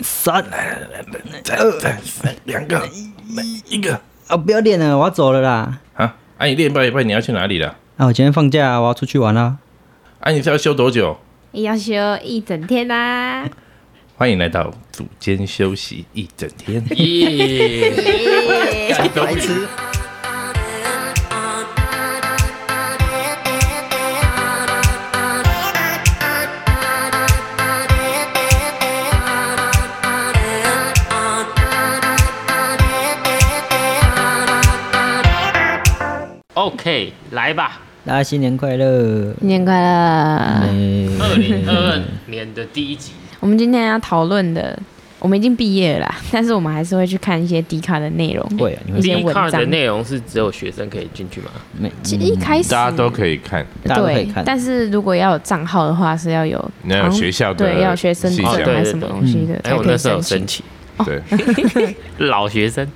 三，再二三两个，一一个啊，不要练了，我要走了啦。啊！啊，你练半一半，你要去哪里了？啊，我今天放假，我要出去玩啦。啊，你是要休多久？要休一整天啊啦、欢迎来到组间休息一整 天。耶！白痴。 OK，来吧，大家新年快乐！新年快乐！嗯，二零二二年的第一集，我们今天要讨论的，我们已经毕业了啦， 但是我们还是会去看一些迪卡的内容。会啊，你会一第些一文章 part 的内容是只有学生可以进去吗？没？其实一开始大家都可以看，大家都可以对看，但是如果要有账号的话，是要有你要有好像学校的对，要有学生哦证啊细项哦对还是什么东西的嗯哎，才我可那以时候有申申请。请，对，老学生，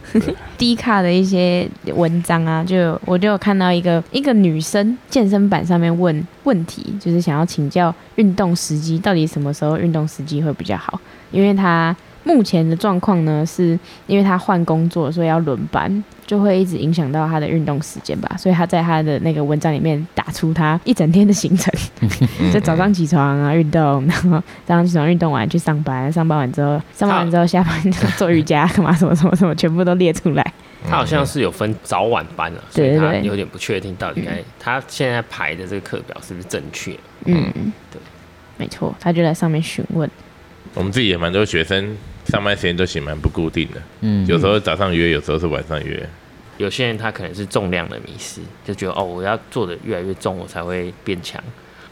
D 卡的一些文章啊，就有我就有看到一个一个女生健身板上面问问题，就是想要请教运动时机到底什么时候运动时机会比较好，因为她目前的状况呢，是因为她换工作，所以要轮班，就会一直影响到她的运动时间吧，所以她在她的那个文章里面打出她一整天的行程， 就早上起床啊运动，然后早上起床运动完去上班，上班完之后上班完之后下班就做瑜伽 干嘛什么什么什么，全部都列出来。他好像是有分早晚班啊，所以对他对对有点不确定到底该他现在排的这个课表是不是正确。嗯，对，没错，他就在上面询问，我们自己也蛮多学生，上班时间都其实蛮不固定的，嗯，有时候早上约，有时候是晚上 约。有些人他可能是重量的迷失，就觉得哦，我要做的越来越重，我才会变强。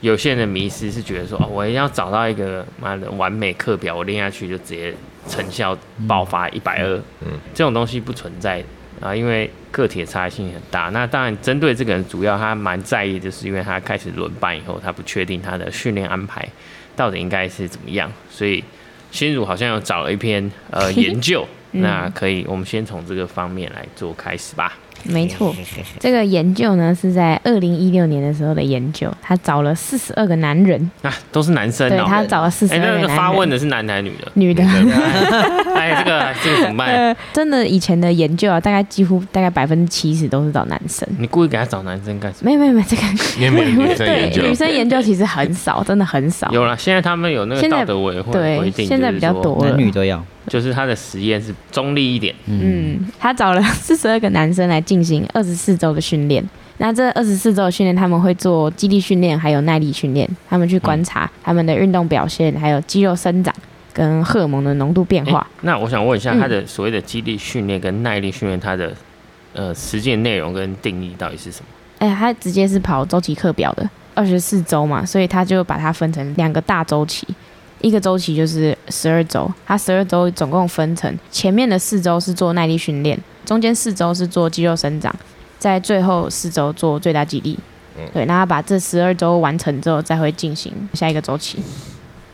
有些人的迷失是觉得说，哦，我一定要找到一个妈的完美课表，我练下去就直接成效爆发一百二，嗯，这种东西不存在啊，因为个体的差异性很大。那当然，针对这个人，主要他蛮在意，就是因为他开始轮班以后，他不确定他的训练安排到底应该是怎么样，所以心如好像有找了一篇呃 研究，嗯那可以，我们先从这个方面来做开始吧。没错，这个研究呢是在二零一六年的时候的研究，他找了四十二个男人，啊，都是男生对哦。他找了四十哎，二个那男个人。发问的是男的还是女 的？ 女的，哎，这个这个怎么办？ 呃，真的以前的研究啊，大概几乎大概百分之七十都是找男生。你故意给他找男生干什么？没有没有没有，这个你有没有女生研究对？女生研究其实很少，真的很少。有了，现在他们有那个现在道德委会对规定，现在就是比较说多男女都要，就是他的实验是中立一点，嗯，他找了 四十二个男生来进行二十四周的训练。那这二十四周的训练，他们会做肌力训练，还有耐力训练。他们去观察他们的运动表现，还有肌肉生长跟荷尔蒙的浓度变哎化。那我想问一下，嗯他的所谓的肌力训练跟耐力训练，他的呃实践内容跟定义到底是什么？哎、他直接是跑周期课表的，二十四周嘛，所以他就把它分成两个大周期，一个周期就是十二周，他十二周总共分成前面的四周是做耐力训练，中间四周是做肌肉生长，在最后四周做最大肌力。对，那他把这十二周完成之后，再会进行下一个周期。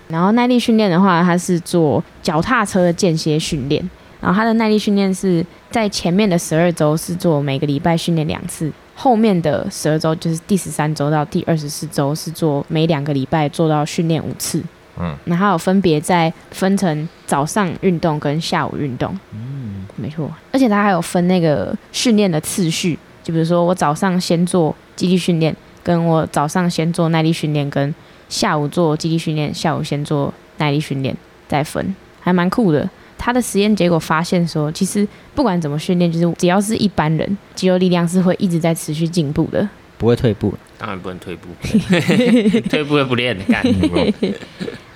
然后耐力训练的话，它是做脚踏车的间歇训练，然后它的耐力训练是在前面的十二周是做每个礼拜训练两次，后面的十二周就是第十三周到第二十四周是做每两个礼拜做到训练五次。嗯，然后还有分别在分成早上运动跟下午运动。嗯，没错，而且它还有分那个训练的次序，就比如说我早上先做肌力训练，跟我早上先做耐力训练，跟下午做肌力训练，下午先做耐力训练再分，还蛮酷的。他的实验结果发现说，其实不管怎么训练，就是只要是一般人，肌肉力量是会一直在持续进步的。不会退步。当然不能退步， 退步又不练，干。嗯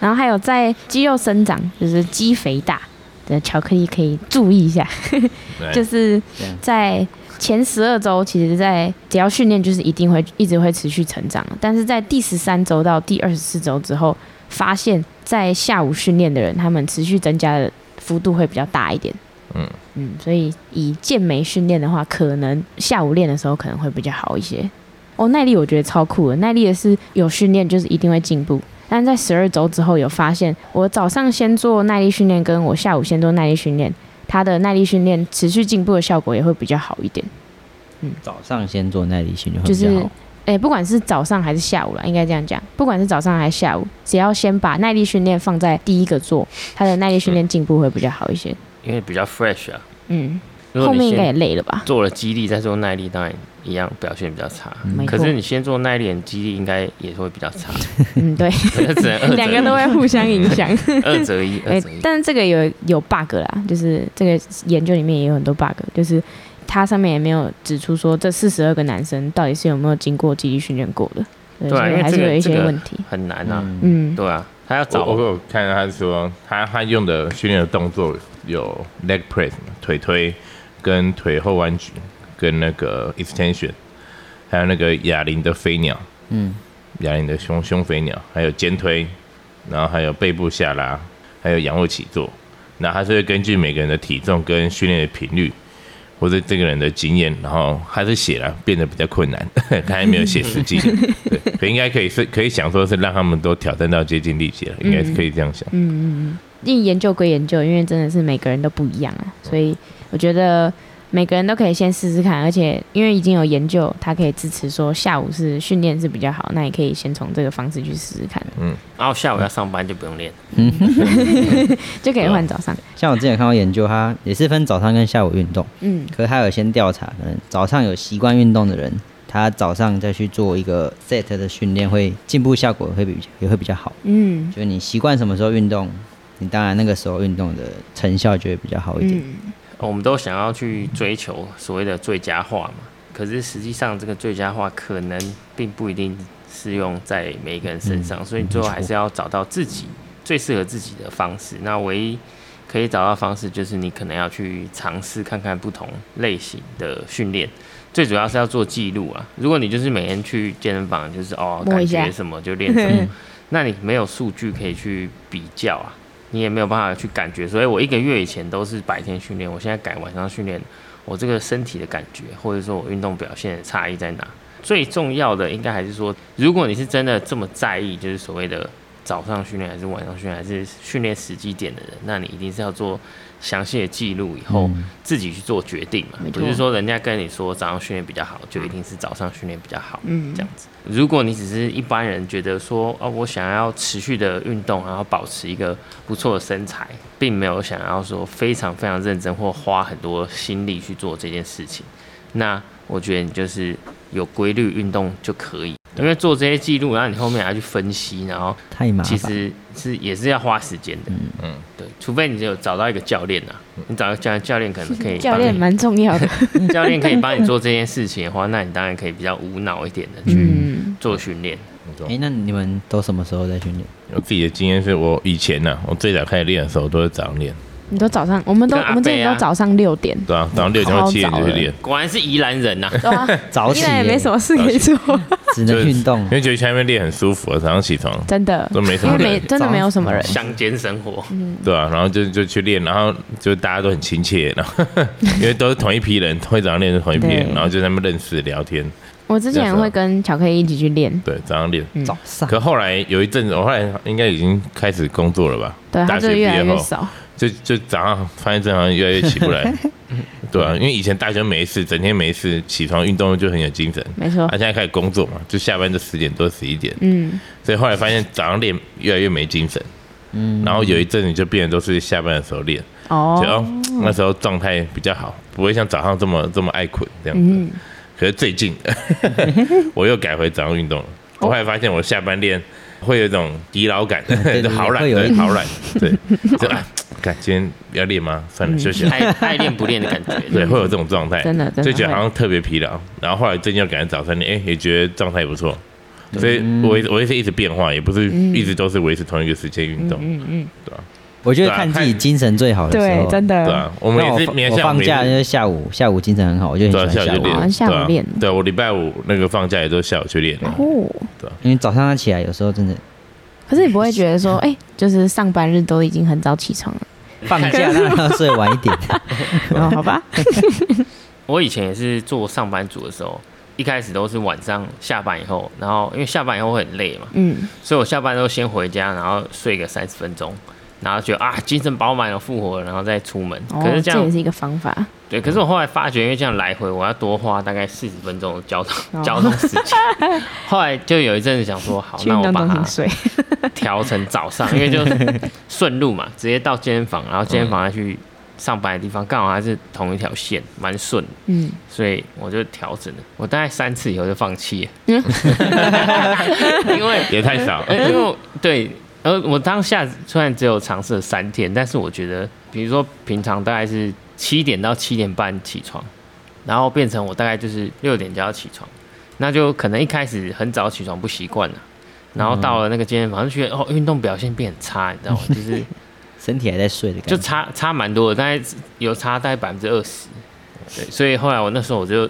然后还有在肌肉生长，就是肌肥大的巧克力可以注意一下，来就是这样在前十二周，其实在只要训练就是一定会一直会持续成长，但是在第十三周到第二十四周之后，发现在下午训练的人，他们持续增加的幅度会比较大一点。嗯嗯，所以以健美训练的话，可能下午练的时候可能会比较好一些。哦，耐力我觉得超酷的，耐力的是有训练就是一定会进步，但在十二周之后有发现，我早上先做耐力训练，跟我下午先做耐力训练，它的耐力训练持续进步的效果也会比较好一点。早上先做耐力训练会就比较是好，诶、不管是早上还是下午了，应该这样讲，不管是早上还是下午，只要先把耐力训练放在第一个做，他的耐力训练进步会比较好一些。因为比较 fresh 啊。嗯，如后果面你应该也先累了吧？做了肌力，再做耐力，当然一样表现比较差。没可错，是你先做耐力，你肌力应该也会比 较差，嗯，对，可能只能 二两个择都会互相影响。一， 二择一，哎、二择一。但是这个有有 bug 啦，就是这个研究里面也有很多 bug，就是它上面也没有指出说这四十二个男生到底是有没有经过肌力训练过的，对，对啊所因为以还这是个有一这些个问题。很难啊，嗯，对啊，他要我找我有看到他说他他用的训练的动作有 leg press 嘛腿推，跟腿后弯举，跟那个 extension，还有那个哑铃的飞鸟，嗯，哑铃的胸胸飞鸟，还有肩推，然后还有背部下拉，还有仰卧起坐。那他是会根据每个人的体重跟训练的频率，或者这个人的经验，然后他是写了变得比较困难， 他还没有写实 际，对，可应该可以是可以想说是让他们都挑战到接近力竭了，嗯应该是可以这样想。因为研究归研究，因为真的是每个人都不一样啊，所以我觉得每个人都可以先试试看，而且因为已经有研究，它可以支持说下午是训练是比较好，那也可以先从这个方式去试试看，然后下午要上班就不用练，就可以换早上。像我之前看到研究，它也是分早上跟下午运动，嗯可是它有先调查，可能早上有习惯运动的人，他早上再去做一个 set 的训练，会进步效果会比也会比较好。嗯就是你习惯什么时候运动，你当然那个时候运动的成效就会比较好一点。嗯，哦我们都想要去追求所谓的最佳化嘛，可是实际上这个最佳化可能并不一定适用在每一个人身嗯上，所以你最后还是要找到自己最适合自己的方式。那唯一可以找到的方式就是你可能要去尝试看看不同类型的训练。最主要是要做记录啊！如果你就是每天去健身房，就是哦摸感一下嗯觉什么就练什么， 那你没有数据可以去比较啊，你也没有办法去感觉。所以我一个月以前都是白天训练，我现在改晚上训练，我这个身体的感觉，或者说我运动表现的差异在哪？最重要的应该还是说，如果你是真的这么在意，就是所谓的早上训练还是晚上训练，还是训练时机点的人，那你一定是要做详细的记录以后，自己去做决定嘛嗯没。错不是说人家跟你说早上训练比较好，就一定是早上训练比较好。嗯这样子。如果你只是一般人觉得说，哦，我想要持续的运动，然后保持一个不错的身材，并没有想要说非常非常认真或花很多心力去做这件事情，那我觉得你就是有规律运动就可以。因为做这些记录，然后你后面还要去分析，然后太麻其烦，实是也是要花时间的。嗯嗯对，除非你有找到一个教练啊，你找个教练，教练可能可以 嗯教帮练你蛮重要的。 教练可以帮你做这件事情的话，那你当然可以比较无脑一点的去嗯，做训练。哎、那你们都什么时候在训练？我自己的经验是我以前呢、我最早开始练的时候都是早上练，你都早上，我们都跟阿我们之前伯啊都早上六点。对啊，嗯早上六点或七点就去练，果然是宜兰人呐、 对啊，早起现在也耶没什么事可以做，只 就能是运动因。为觉得去那边练很舒服、啊，早上起床真的都，没什因么为人没，真的没有什么人。乡间生活，对啊，然后就就去练，然后就大家都很亲切，然后 因为都是同一批人，会早上练是同一批人，对然后就在那边认识聊天，我之前会跟巧克力一起去练，对，早上练。嗯早上可后来有一阵子，我后来应该已经开始工作了吧？对，他大就学毕越来业越后，少。就就早上发现这好像越来越起不 来，对啊，因为以前大学没事，整天没事，起床运动就很有精神。没错他、，现在开始工作嘛，就下班就十点多十一点，嗯，所以后来发现早上练越来越没精神。嗯，然后有一阵子就变得都是下班的时候练，就哦，哦那时候状态比较好，不会像早上这么这么爱困这样子。嗯，可是最近 我又改回早上运动了，我后来发现我下班练会有一种疲劳感，嗯对 就好懒，会有一，对种 好懒，对，就啊，感今天要练吗？算了，休 息。爱爱练不练的感觉。对，会有这种状态，嗯真的真的就觉得会哎好像特别疲劳。然后后来最近又改成早餐，哎、也觉得状态不错，所以嗯我也我也是一直变化，也不是嗯一直都是维持同一个时间运嗯动，我觉得对啊看自看己精神最好的时对，候。真对的，啊，我们那也是我明天我下午放也是假就是下午，下午精神很好，我就很对啊，喜下欢午就午啊，练，下午对啊练对，我礼拜五那个放假也都下午去练，哦。因为早上起来有时候真的可是你不会觉得说， 哎，就是上班日都已经很早起床了，放 假当然要睡晚一点。 哦，好吧，我以前也是做上班族的时候，一开始都是晚上下班以后，然后因为下班以后会很累嘛，嗯，所以我下班都先回家，然后睡个三十分钟，然后觉得啊精神饱满了复活了，然后再出门。哦可是这样哦也是一个方法，对，可是我后来发觉，因为这样来回我要多花大概四十分钟的交通、哦交通时间。 后来就有一阵子想说，好，去那运我动把中它心 睡。调成早上，因为就顺路嘛，直接到健身房，然后健身房再去上班的地方，刚好还是同一条线，蛮顺的，嗯，所以我就调整了。我大概三次以后就放弃了， 因为也太少。呃因为我对，呃，我当下虽然只有尝试了三天，但是我觉得，比如说平常大概是七点到七点半起床，然后变成我大概就是六点就要起床，那就可能一开始很早起床不习惯了，然后到了那个健身房就觉得哦，运动表现变很差，你知道吗？就是身体还在睡的感觉，就差差蛮多的，大概有差大概百分之二十。对，所以后来我那时候我就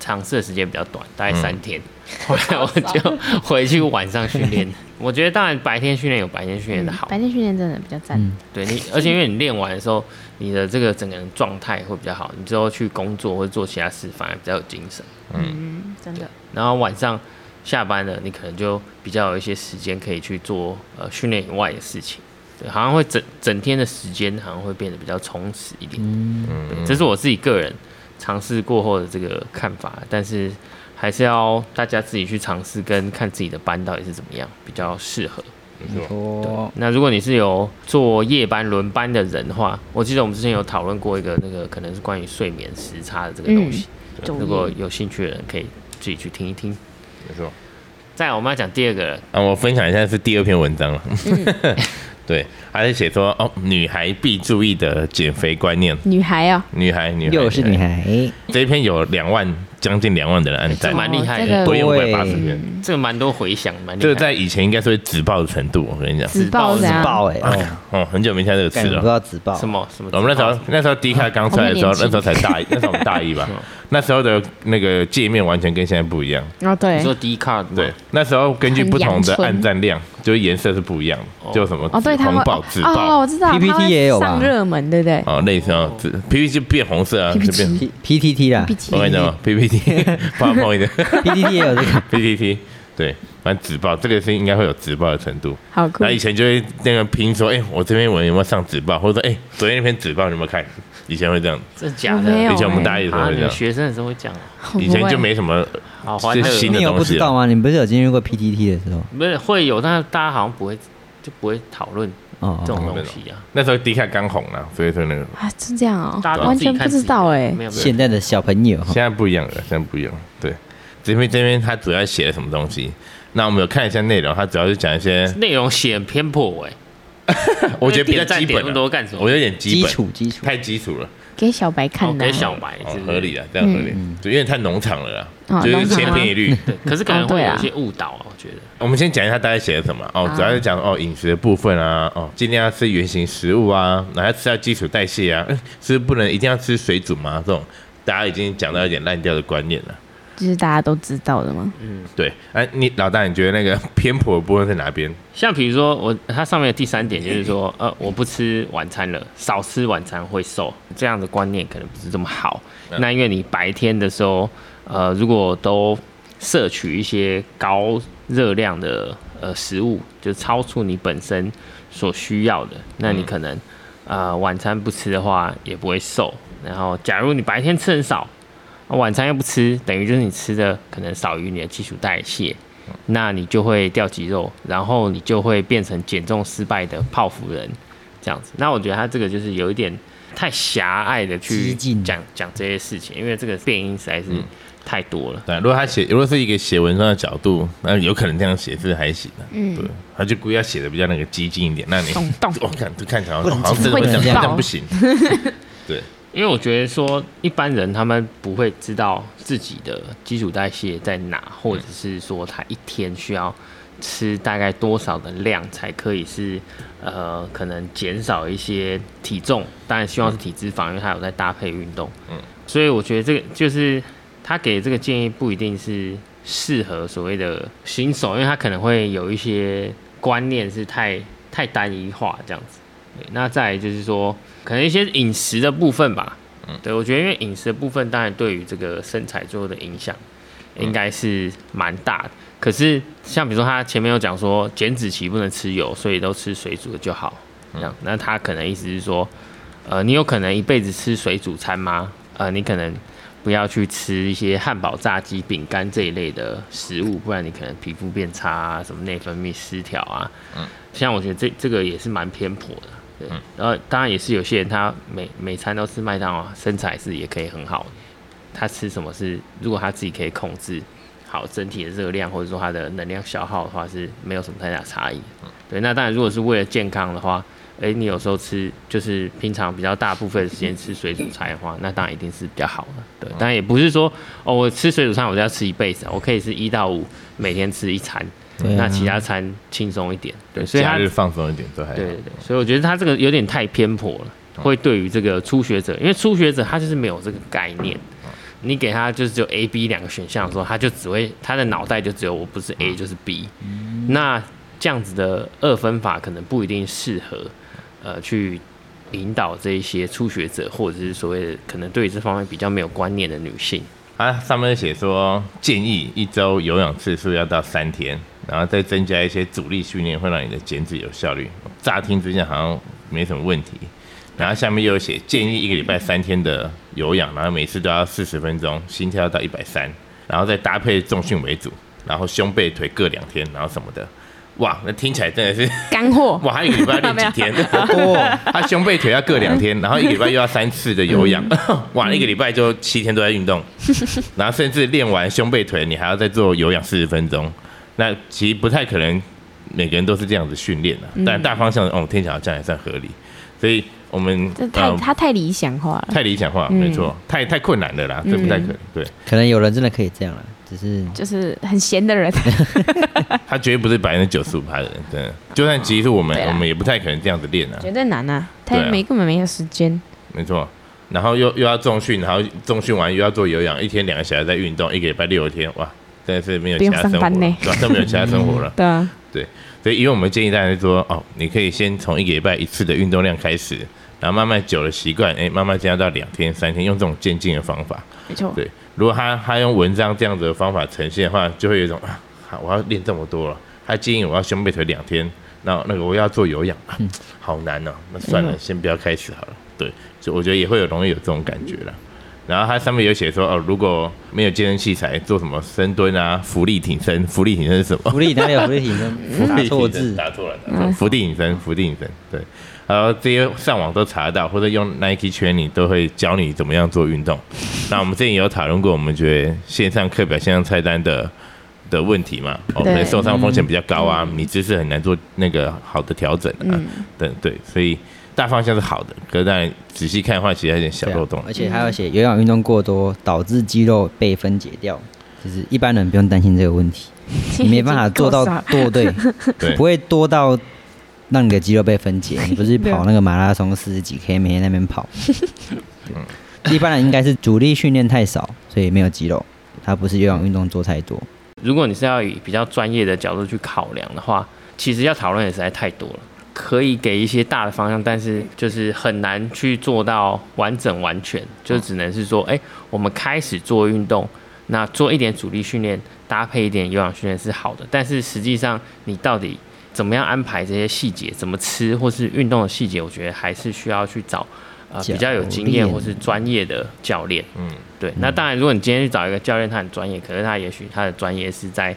尝试的时间比较短，大概三天。后来我就回去晚上训练。我觉得当然白天训练有白天训练的好，嗯白天训练真的比较赞。嗯对你，而且因为你练完的时候，你的这个整个人状态会比较好，你之后去工作或者做其他事反而比较有精神。嗯，真的。然后晚上下班了，你可能就比较有一些时间可以去做呃训练以外的事情。对，好像会整整天的时间好像会变得比较充实一点。嗯，对这是我自己个人尝试过后的这个看法，但是还是要大家自己去尝试跟看自己的班到底是怎么样比较适合。没错哦，那如果你是有做夜班轮班的人的话，我记得我们之前有讨论过一个那个可能是关于睡眠时差的这个东西，昼如果夜有兴趣的人可以自己去听一听。没错。再来我们要讲第二个了，啊，我分享一下是第二篇文章了。 对，还是写说哦，女孩必注意的减肥观念。女孩啊，女孩，女孩，哎又是女。孩，哎这一篇有两万，将近两万的人按赞这，蛮厉害的哦这不个嗯用五百八十篇。这个蛮多回响，蛮厉这个害的。在以前应该是会自爆的程度，我跟你讲。自爆自爆怎样？爆哎，哎呀哦，哦，很久没听到这个干词我不知。道了自爆什么什么？哦哦我们那时候嗯那时候迪卡刚出来的时候，那时候才大一，那时候我们大一吧是吗，那时候的那个界面完全跟现在不一样。哦，对你，说 D card 对，那时候根据不同的按赞量，就是颜色是不一样的，就什么哦，对，紫他红会豹、哦紫哦，豹我知道 PPT 它会也有吧上热门，对不对哦，类似哦，紫 PPT 就变红色啊，就 PPT 变。 P P T T 啦我跟你讲哦，PPT 泡泡一点，P T T 也有这 个， PPT 对，反正紫爆这个是应该会有紫爆的程度。好酷那，以前就会那个拼说，哎，我这篇文有没有上紫爆，或者说，哎，昨天那篇紫爆你有没有看？以前会这样，真的假的？我没有哎以前我们大一的时候啊，会你这们样，学生的时候会讲哦，好欸以前就不会没什么好欢乐这哦。是啊新的你有不知道吗？你不是有进入过 P T T 的时候？哦不是会有，但是大家好像不会就不会讨论哦这哦，种东西啊，那时候迪卡刚红了，所以说那个啊，是这样哦大家，都完自己全看不自知己的道哎，没有没有现在的小朋友哦 现在不一样了，现在不一样了。对，这边这边他主要写了什么东西？那我们有看一下内容，他主要是讲一些，内容写很偏颇哎，我觉得比较那个基地本点那么多了，干什么？我有点基基本，础基础，太基础了，给小白哦看的给啊，小白哦是，不是合理。啊，这样合理，对，因为太农场了啦，嗯哦就是农场千篇一 律。对，可是可能哦会对啊有一些误导啊，我觉得。我们先讲一下大概写了什么哦，主要是讲哦饮食的部分啊，哦尽量要吃原形食物啊，然后要吃到基础代谢啊，嗯是不是不能一定要吃水煮吗？这种大家已经讲到有点烂掉的观念了。就是大家都知道的嘛。对，哎、你老大，你觉得那个 偏颇的部分在哪边？像比如说我，它上面的第三点就是说，呃，我不吃晚餐了，少吃晚餐会瘦，这样的观念可能不是这么好。那因为你白天的时候，呃，如果都摄取一些高热量的呃食物，就超出你本身所需要的，那你可能、呃晚餐不吃的话也不会瘦。然后，假如你白天吃很少，晚餐又不吃，等于就是你吃的可能少于你的基础代谢，那你就会掉肌肉，然后你就会变成减重失败的泡芙人这样子。那我觉得他这个就是有一点太狭隘的去激进嗯讲讲这些事情，因为这个变因实在是太多了。对，如果他写，如果是一个写文章的角度，那有可能这样写是还行的、嗯对，他就故意要写的比较那个激进一点，那你懂懂 我看就看起来好不能像好像真的会会这样，这这样样不行。对，因为我觉得说一般人他们不会知道自己的基础代谢在哪，或者是说他一天需要吃大概多少的量才可以是呃可能减少一些体重，当然希望是体脂肪，因为他有在搭配运动。嗯，所以我觉得这个就是他给这个建议不一定是适合所谓的新手，因为他可能会有一些观念是太太单一化这样子。对那再来就是说，可能一些饮食的部分吧。嗯，对，我觉得因为饮食的部分，当然对于这个身材最后的影响应该是蛮大的。可是像比如说他前面有讲说减脂期不能吃油，所以都吃水煮的就好。这样，那他可能意思是说，呃，你有可能一辈子吃水煮餐吗？呃，你可能不要去吃一些汉堡、炸鸡、饼干这一类的食物，不然你可能皮肤变差啊，什么内分泌失调啊。嗯，像我觉得这这个也是蛮偏颇的。对，嗯然后当然也是有些人他每每餐都吃麦当劳，身材是也可以很好。他吃什么是，如果他自己可以控制好整体的热量，或者说他的能量消耗的话，是没有什么太大差异。嗯对，那当然如果是为了健康的话，诶、你有时候吃就是平常比较大部分的时间吃水煮餐的嗯话，那当然一定是比较好的。对，当然也不是说哦，我吃水煮餐我就要吃一辈子，我可以是一到五每天吃一餐，对啊那其他餐轻松一点。对，所以假他日啊放松一点都还好。对对对，所以我觉得他这个有点太偏颇嗯了，会对于这个初学者，因为初学者他就是没有这个概念，嗯你给他就是只有 A、B 两个选项的时候，他就只会他的脑袋就只有我不是嗯 A 就是 B，那这样子的二分法可能不一定适合，呃，去引导这一些初学者或者是所谓的可能对于这方面比较没有观念的女性。啊，上面写说建议一周有氧次数要到三天，然后再增加一些阻力训练，会让你的减脂有效率。乍听之下好像没什么问题，然后下面又有写建议一个礼拜三天的有氧，然后每次都要四十分钟，心跳要到一百三，然后再搭配重训为主，然后胸背腿各两天，然后什么的。哇，那听起来真的是干货。哇，他一个礼拜要练几 天？好多、哦，他胸背腿要各两天，然后一个礼拜又要三次的有氧，嗯 哇，一个礼拜就七天都在运 动，然后甚至练完胸背腿，你还要再做有氧四十分钟，那其实不太可能每个人都是这样子训练的，嗯但大方向哦，听起来好像还算合理，所以我们这太嗯呃他太理想化了，太理想化，没错，太太困难了啦，嗯这不太可能，对可能有人真的可以这样了，只是就是很闲 的人。他绝对不是百分之九十五趴的人，真的，就算其实我们对啊我们也不太可能这样子练啊，绝对难啊！他对啊没根本没有时间，没错。然后又又要重训，然后重训完又要做有氧，一天两个小时在运动，一个礼拜六天，哇，真的是没有不其用他生活上班了呢，对吧、都没有其他生活 了。对啊，所以，因为我们建议大家说，哦，你可以先从一个礼拜一次的运动量开始，然后慢慢久了习惯，哎，慢慢加到两天、三天，用这种渐进的方法。没错，对，啊如果他他用文章这样子的方法呈现的话，就会有一种啊，好我要练这么多了。他建议我要胸背腿两天，那那个我要做有氧，啊好难哦、那算了，先不要开始好了。对，就我觉得也会有容易有这种感觉啦。然后它上面有写说，哦，如果没有健身器材，做什么深蹲啊、浮力挺身，浮力挺身是什么？福利哪有福利 挺身打错字，打错了，打嗯错了嗯伏地挺身，伏地挺身，对，然后这些上网都查得到，或者用 Nike 圈你都会教你怎么样做运 动。那我们之前也有讨论过，我们觉得线上课表、线上菜单的的问题嘛，哦，可对嗯能受伤风险比较高啊，你姿势很难做那个好的调整啊，等对，所以大方向是好的，可是当然仔细看的话，其实还有点小对啊漏洞。而且还有写有氧运动过多导致肌肉被分解掉，就是一般人不用担心这个问题，你 没办法做 到做对，对不会多到让你的肌肉被分解。你不是跑那个马拉松四十几 K，每天在那边跑。对一般人应该是主力训练太少，所以没有肌肉。他不是有氧运动做太多，如果你是要以比较专业的角度去考量的话，其实要讨论的实在太多了。可以给一些大的方向，但是就是很难去做到完整完全，就只能是说，哎、我们开始做运动，那做一点阻力训练，搭配一点有氧训练是好的。但是实际上，你到底怎么样安排这些细节，怎么吃或是运动的细节，我觉得还是需要去找呃教比较有经验练或是专业的教练。嗯，对，那当然，如果你今天去找一个教练，他很专业，可是他也许他的专业是在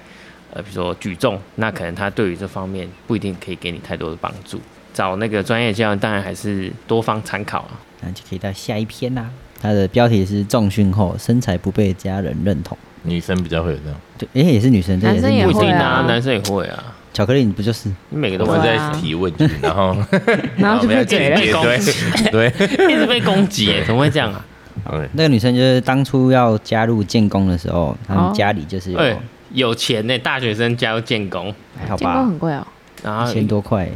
呃，比如说举重，那可能他对于这方面不一定可以给你太多的帮助。找那个专业教练，当然还是多方参考啊。那就可以到下一篇啦、它的标题是“重训后身材不被家人认同女生比较会有这种，”，对，诶、也是女生，这也是男生也不女一生会定啊男生也会啊，巧克力你不就是？你每个我都会们对在啊提问题，然后 然后就 我们要被嘴进了阶 对对 一直被攻击耶，怎么会这样啊？ ，OK。那个女生就是当初要加入建工的时候，他哦们家里就是有，哎、有钱呢，大学生加入建工，还好建工吧，很贵哦，然一后千多块，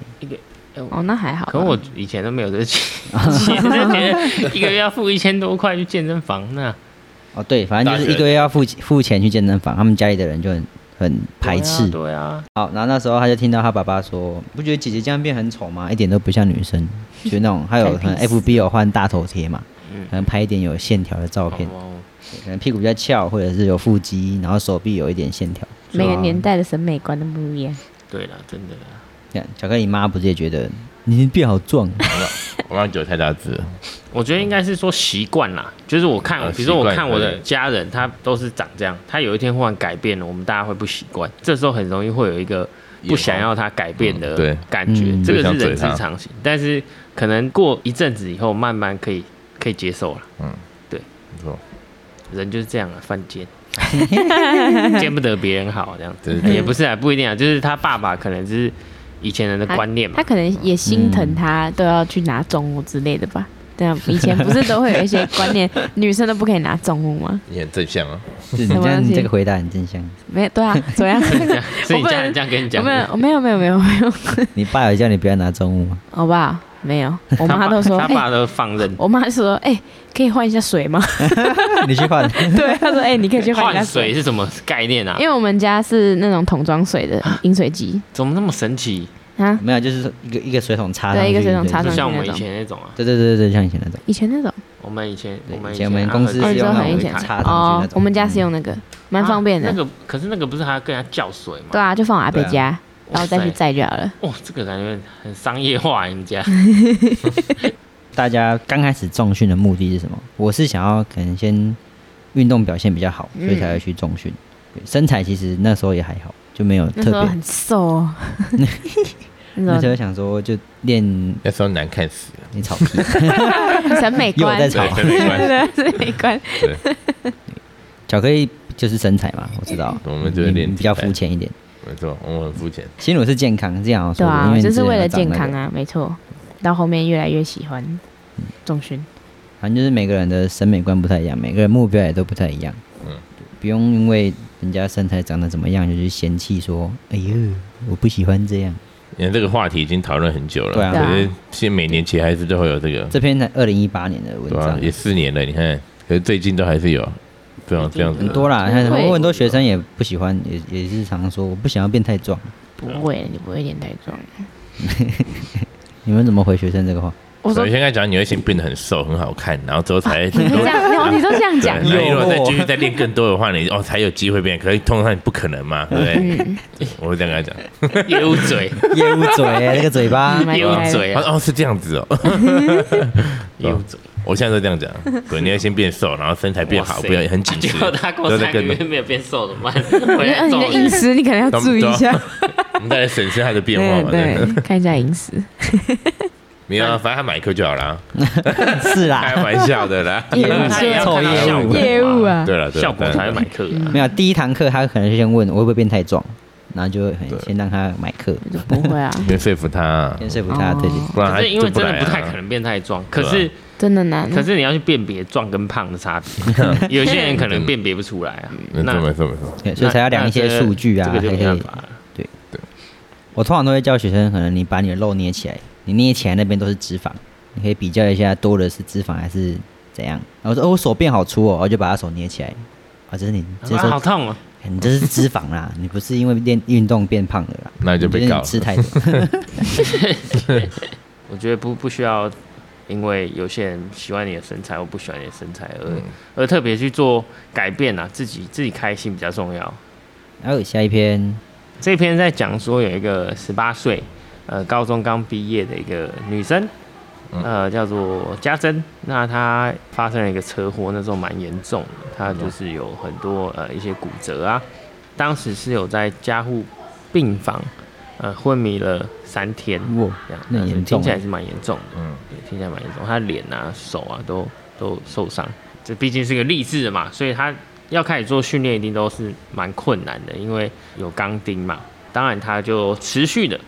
哦，那还好吧。嗯可我以前都没有这 个钱，以前就觉得一个月要付一千多块去健身房，那哦，对，反正就大是学一个月要付付钱去健身房，他们家里的人就很很排斥。对啊，好，然后那时候他就听到他爸爸说：“不觉得姐姐这样变很丑吗？一点都不像女生，就那种还有 可能 FB 有换大头贴嘛，可能拍一点有线条的照对片啊，嗯哦可能屁股比较翘，或者是有腹肌，然后手臂有一点线条。每个年代的审美观都不一样，对了，真的啦。这样，巧克力妈不是也觉得你变好壮，我刚刚酒太大字了，我觉得应该是说习惯啦，就是我看呃，比如说我习看惯我的对家人，他都是长这样，他有一天忽然改变了，我们大家会不习惯，这时候很容易会有一个不想要他改变嗯的对感觉，嗯这个不是想人嘴之他常情，但是可能过一阵子以后，慢慢可以可以接受了，嗯没错，人就是这样啊，犯 贱。见不得别人好，这样对也不是啊，不一定啊，就是他爸爸可能是以前人的他观念嘛他，可能也心嗯疼他都要去拿重物之类的吧。对啊，以前不是都会有一些观念，女生都不可以拿重物吗？你很正向啊，你什么这样东西你这个回答很正向。没有，对啊，怎么样？ 所以你我不能家人这样跟你我讲，没有，我没有，没有，没有，没有，你爸有叫你不要拿重物吗？ 好不好？没有，我他妈爸都说，他哎，爸都放任，我妈说，哎，可以换一下水吗？你去换。 对，她说，哎，你可以去换一下换水。是什么概念啊因？为我们家是那种桶装水的饮水机怎么那么神奇？啊，没有，就是一个一个水桶插上对去一个水桶插就上去像我们以前那种啊，对对对对，对像以前那种。以前那种，我们以前啊我对，们以前我们公司哦是你说用那很以种前插上去哦那种。，我们家是用那个，蛮方便的嗯啊那。个可是那个不是还要跟人家叫水吗？对啊，就放我阿伯家，然后再去哇塞载就好了。哇，这个感觉很商业化，人家大家刚开始重训的目的是什么？我是想要可能先运动表现比较好，所以才嗯会去重训。对身材其实那时候也还好，就没有那特时候别。很 瘦哦，那那时时候想说就练那时候难看死了，你草皮，候审美 又观，在吵对，真没关系， 对审美 观，对，巧克力就是身材嘛，我知道。 我们就是练你比较肤浅一点。没错，我们很肤浅，其实我是健康，这样好对说的因啊，为就你是之前为了有长健那个康啊，没错。到后面越来越喜欢重训，反啊正就是每个人的审美观不太一样，每个人目标也都不太一样。嗯嗯，不用因为人家身材长得怎么样就去嫌弃说，哎呦，我不喜欢这样。因为这个话题已经讨论很久了，对啊可是现在每年其实还是都会有这个，这篇才二零一八年的文对啊章，，也四年了，你看，可是最近都还是有这种这样子很的，多啦。对啊像我很多学生也不喜欢，也也是常说我不想要变太壮。不会，你不会练太重。你们怎么回学生这个话？ 我说首先该讲你会先变得很瘦，很好看，然后之后才你这样，然后你都这样对讲然，后如果再诱惑继续再练更多的话，你哦才有机会变，可是通常你不可能嘛，对不对？我会这样跟他讲，业务嘴，业务嘴、那个嘴 巴嗯，蛮业务厉害的嘴他啊，说哦是这样子哦，业务嘴，我现在都这样讲，对，你要先变瘦，然后身材变哇好，塞啊不要很紧结实，果他过都在三个跟月没有变瘦怎么 办？回那来你揍的饮你，食你可能要注意一下， 我们再来审视他的变化对嘛，对，对，看一下饮食。没有啊，反正他买一颗就好啦，是开哎啦。玩笑 的啦。业那务他也要看到业效务 果业务嘛，啊，对了，对了效果才会买课啊。没有，第一堂课他可能是先问我会不会变太壮，然后就很先让他买课，我就不会啊，先说服他，先说服他哦对对。不然可他是因就为真来的不太啊可。能变太壮，可对啊是真的难。可是你要去辨别壮跟胖的差别，有些人可能辨别不出来啊。没那错没错没错，对所以才要量一些数据啊，这个就才没可办以法了。我通常都会叫学生，可能你把你的肉捏起来，你捏起来那边都是脂肪，你可以比较一下多的是脂肪还是怎样。然后说哦，我手变好粗哦，我就把他手捏起来。啊，这是 你，这啊是、好痛哦！你这是脂肪啦，你不是因为练运动变胖的啦，那就被你告是你吃太多。 我觉得不不需要，因为有些人喜欢你的身材或不喜欢你的身材而、嗯而特别去做改变啊，自己自己开心比较重要。然后下一篇，这篇在讲说有一个十八岁，呃，高中刚毕业的一个女生，呃，叫做家珍。那她发生了一个车祸，那时候蛮严重的，她就是有很多呃一些骨折啊。当时是有在加护病房，呃，昏迷了三天，哇，这样那很严重啊听起来是蛮严重的，嗯对，听起来蛮严重。她脸啊、手啊都都受伤，这毕竟是个励志的嘛，所以她要开始做训练一定都是蛮困难的，因为有钢钉嘛。当然，她就持续的、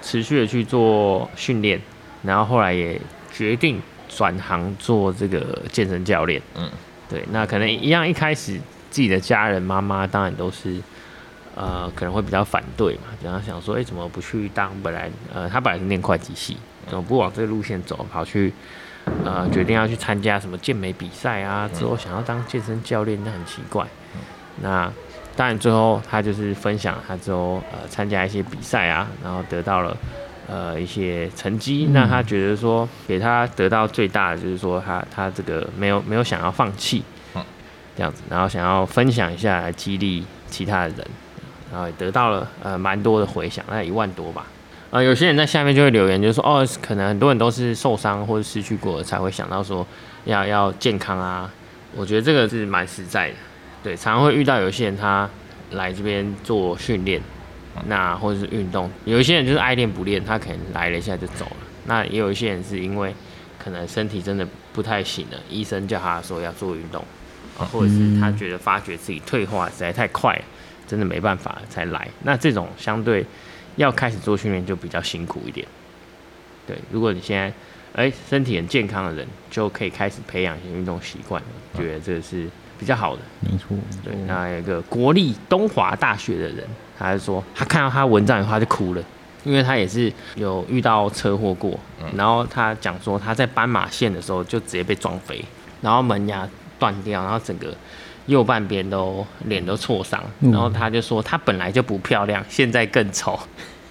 持续的去做训练，然后后来也决定转行做这个健身教练。嗯，对，那可能一样，一开始自己的家人、妈妈当然都是。呃，可能会比较反对嘛，然后想说，哎、怎么不去当本来呃，他本来是念会计系，怎么不往这个路线走，跑去呃，决定要去参加什么健美比赛啊，之后想要当健身教练，那很奇怪。那当然最后他就是分享他之后呃参加一些比赛啊，然后得到了呃一些成绩，那他觉得说给他得到最大的就是说他他这个没有没有想要放弃嗯，这样子，然后想要分享一下啊来激励其他的人，然后也得到了呃蛮多的回响，那一万多吧。呃，有些人在下面就会留言，就说哦，可能很多人都是受伤或者失去过才会想到说要要健康啊。我觉得这个是蛮实在的，对，常常会遇到有些人他来这边做训练，那或者是运动，有一些人就是爱练不练，他可能来了一下就走了。那也有一些人是因为可能身体真的不太行了，医生叫他说要做运动，啊或者是他觉得发觉自己退化实在太快了，真的没办法了才来。那这种相对要开始做训练就比较辛苦一点。对，如果你现在哎、身体很健康的人，就可以开始培养一些运动习惯，觉得这个是比较好的。没错，对，那有一个国立东华大学的人，他就说他看到他文章以后他就哭了，因为他也是有遇到车祸过，然后他讲说他在斑马线的时候就直接被撞飞，然后门牙断掉，然后整个右半边都脸都挫伤，然后他就说他本来就不漂亮，现在更丑，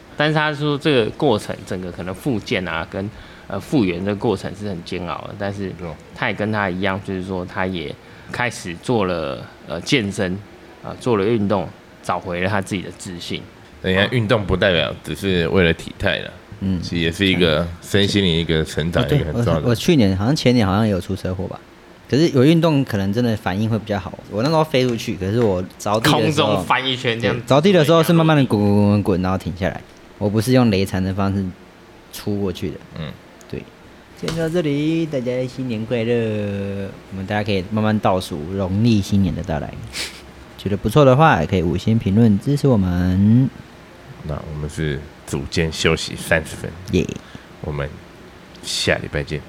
但是他说这个过程整个可能复健啊跟呃复原这个过程是很煎熬的，但是对他也跟他一样，就是说他也开始做了呃健身，啊、做了运动，找回了他自己的自信。人家运动不代表只是为了体态了，嗯，其实也是一个身心灵一个成长哦一对个很重要我我的。去年好像前年好像也有出车祸吧，可是有运动可能真的反应会比较好。我那时候飞出去，可是我着地的空时候中，翻一圈这对样，着地的时候是慢慢的滚滚滚滚，然后停下来。我不是用雷残的方式出过去的。嗯，对。先到这里，大家新年快乐！我们大家可以慢慢倒数农历新年的到来。觉得不错的话，也可以五星评论支持我们，那我们是组间休息三十分，耶、我们下礼拜见，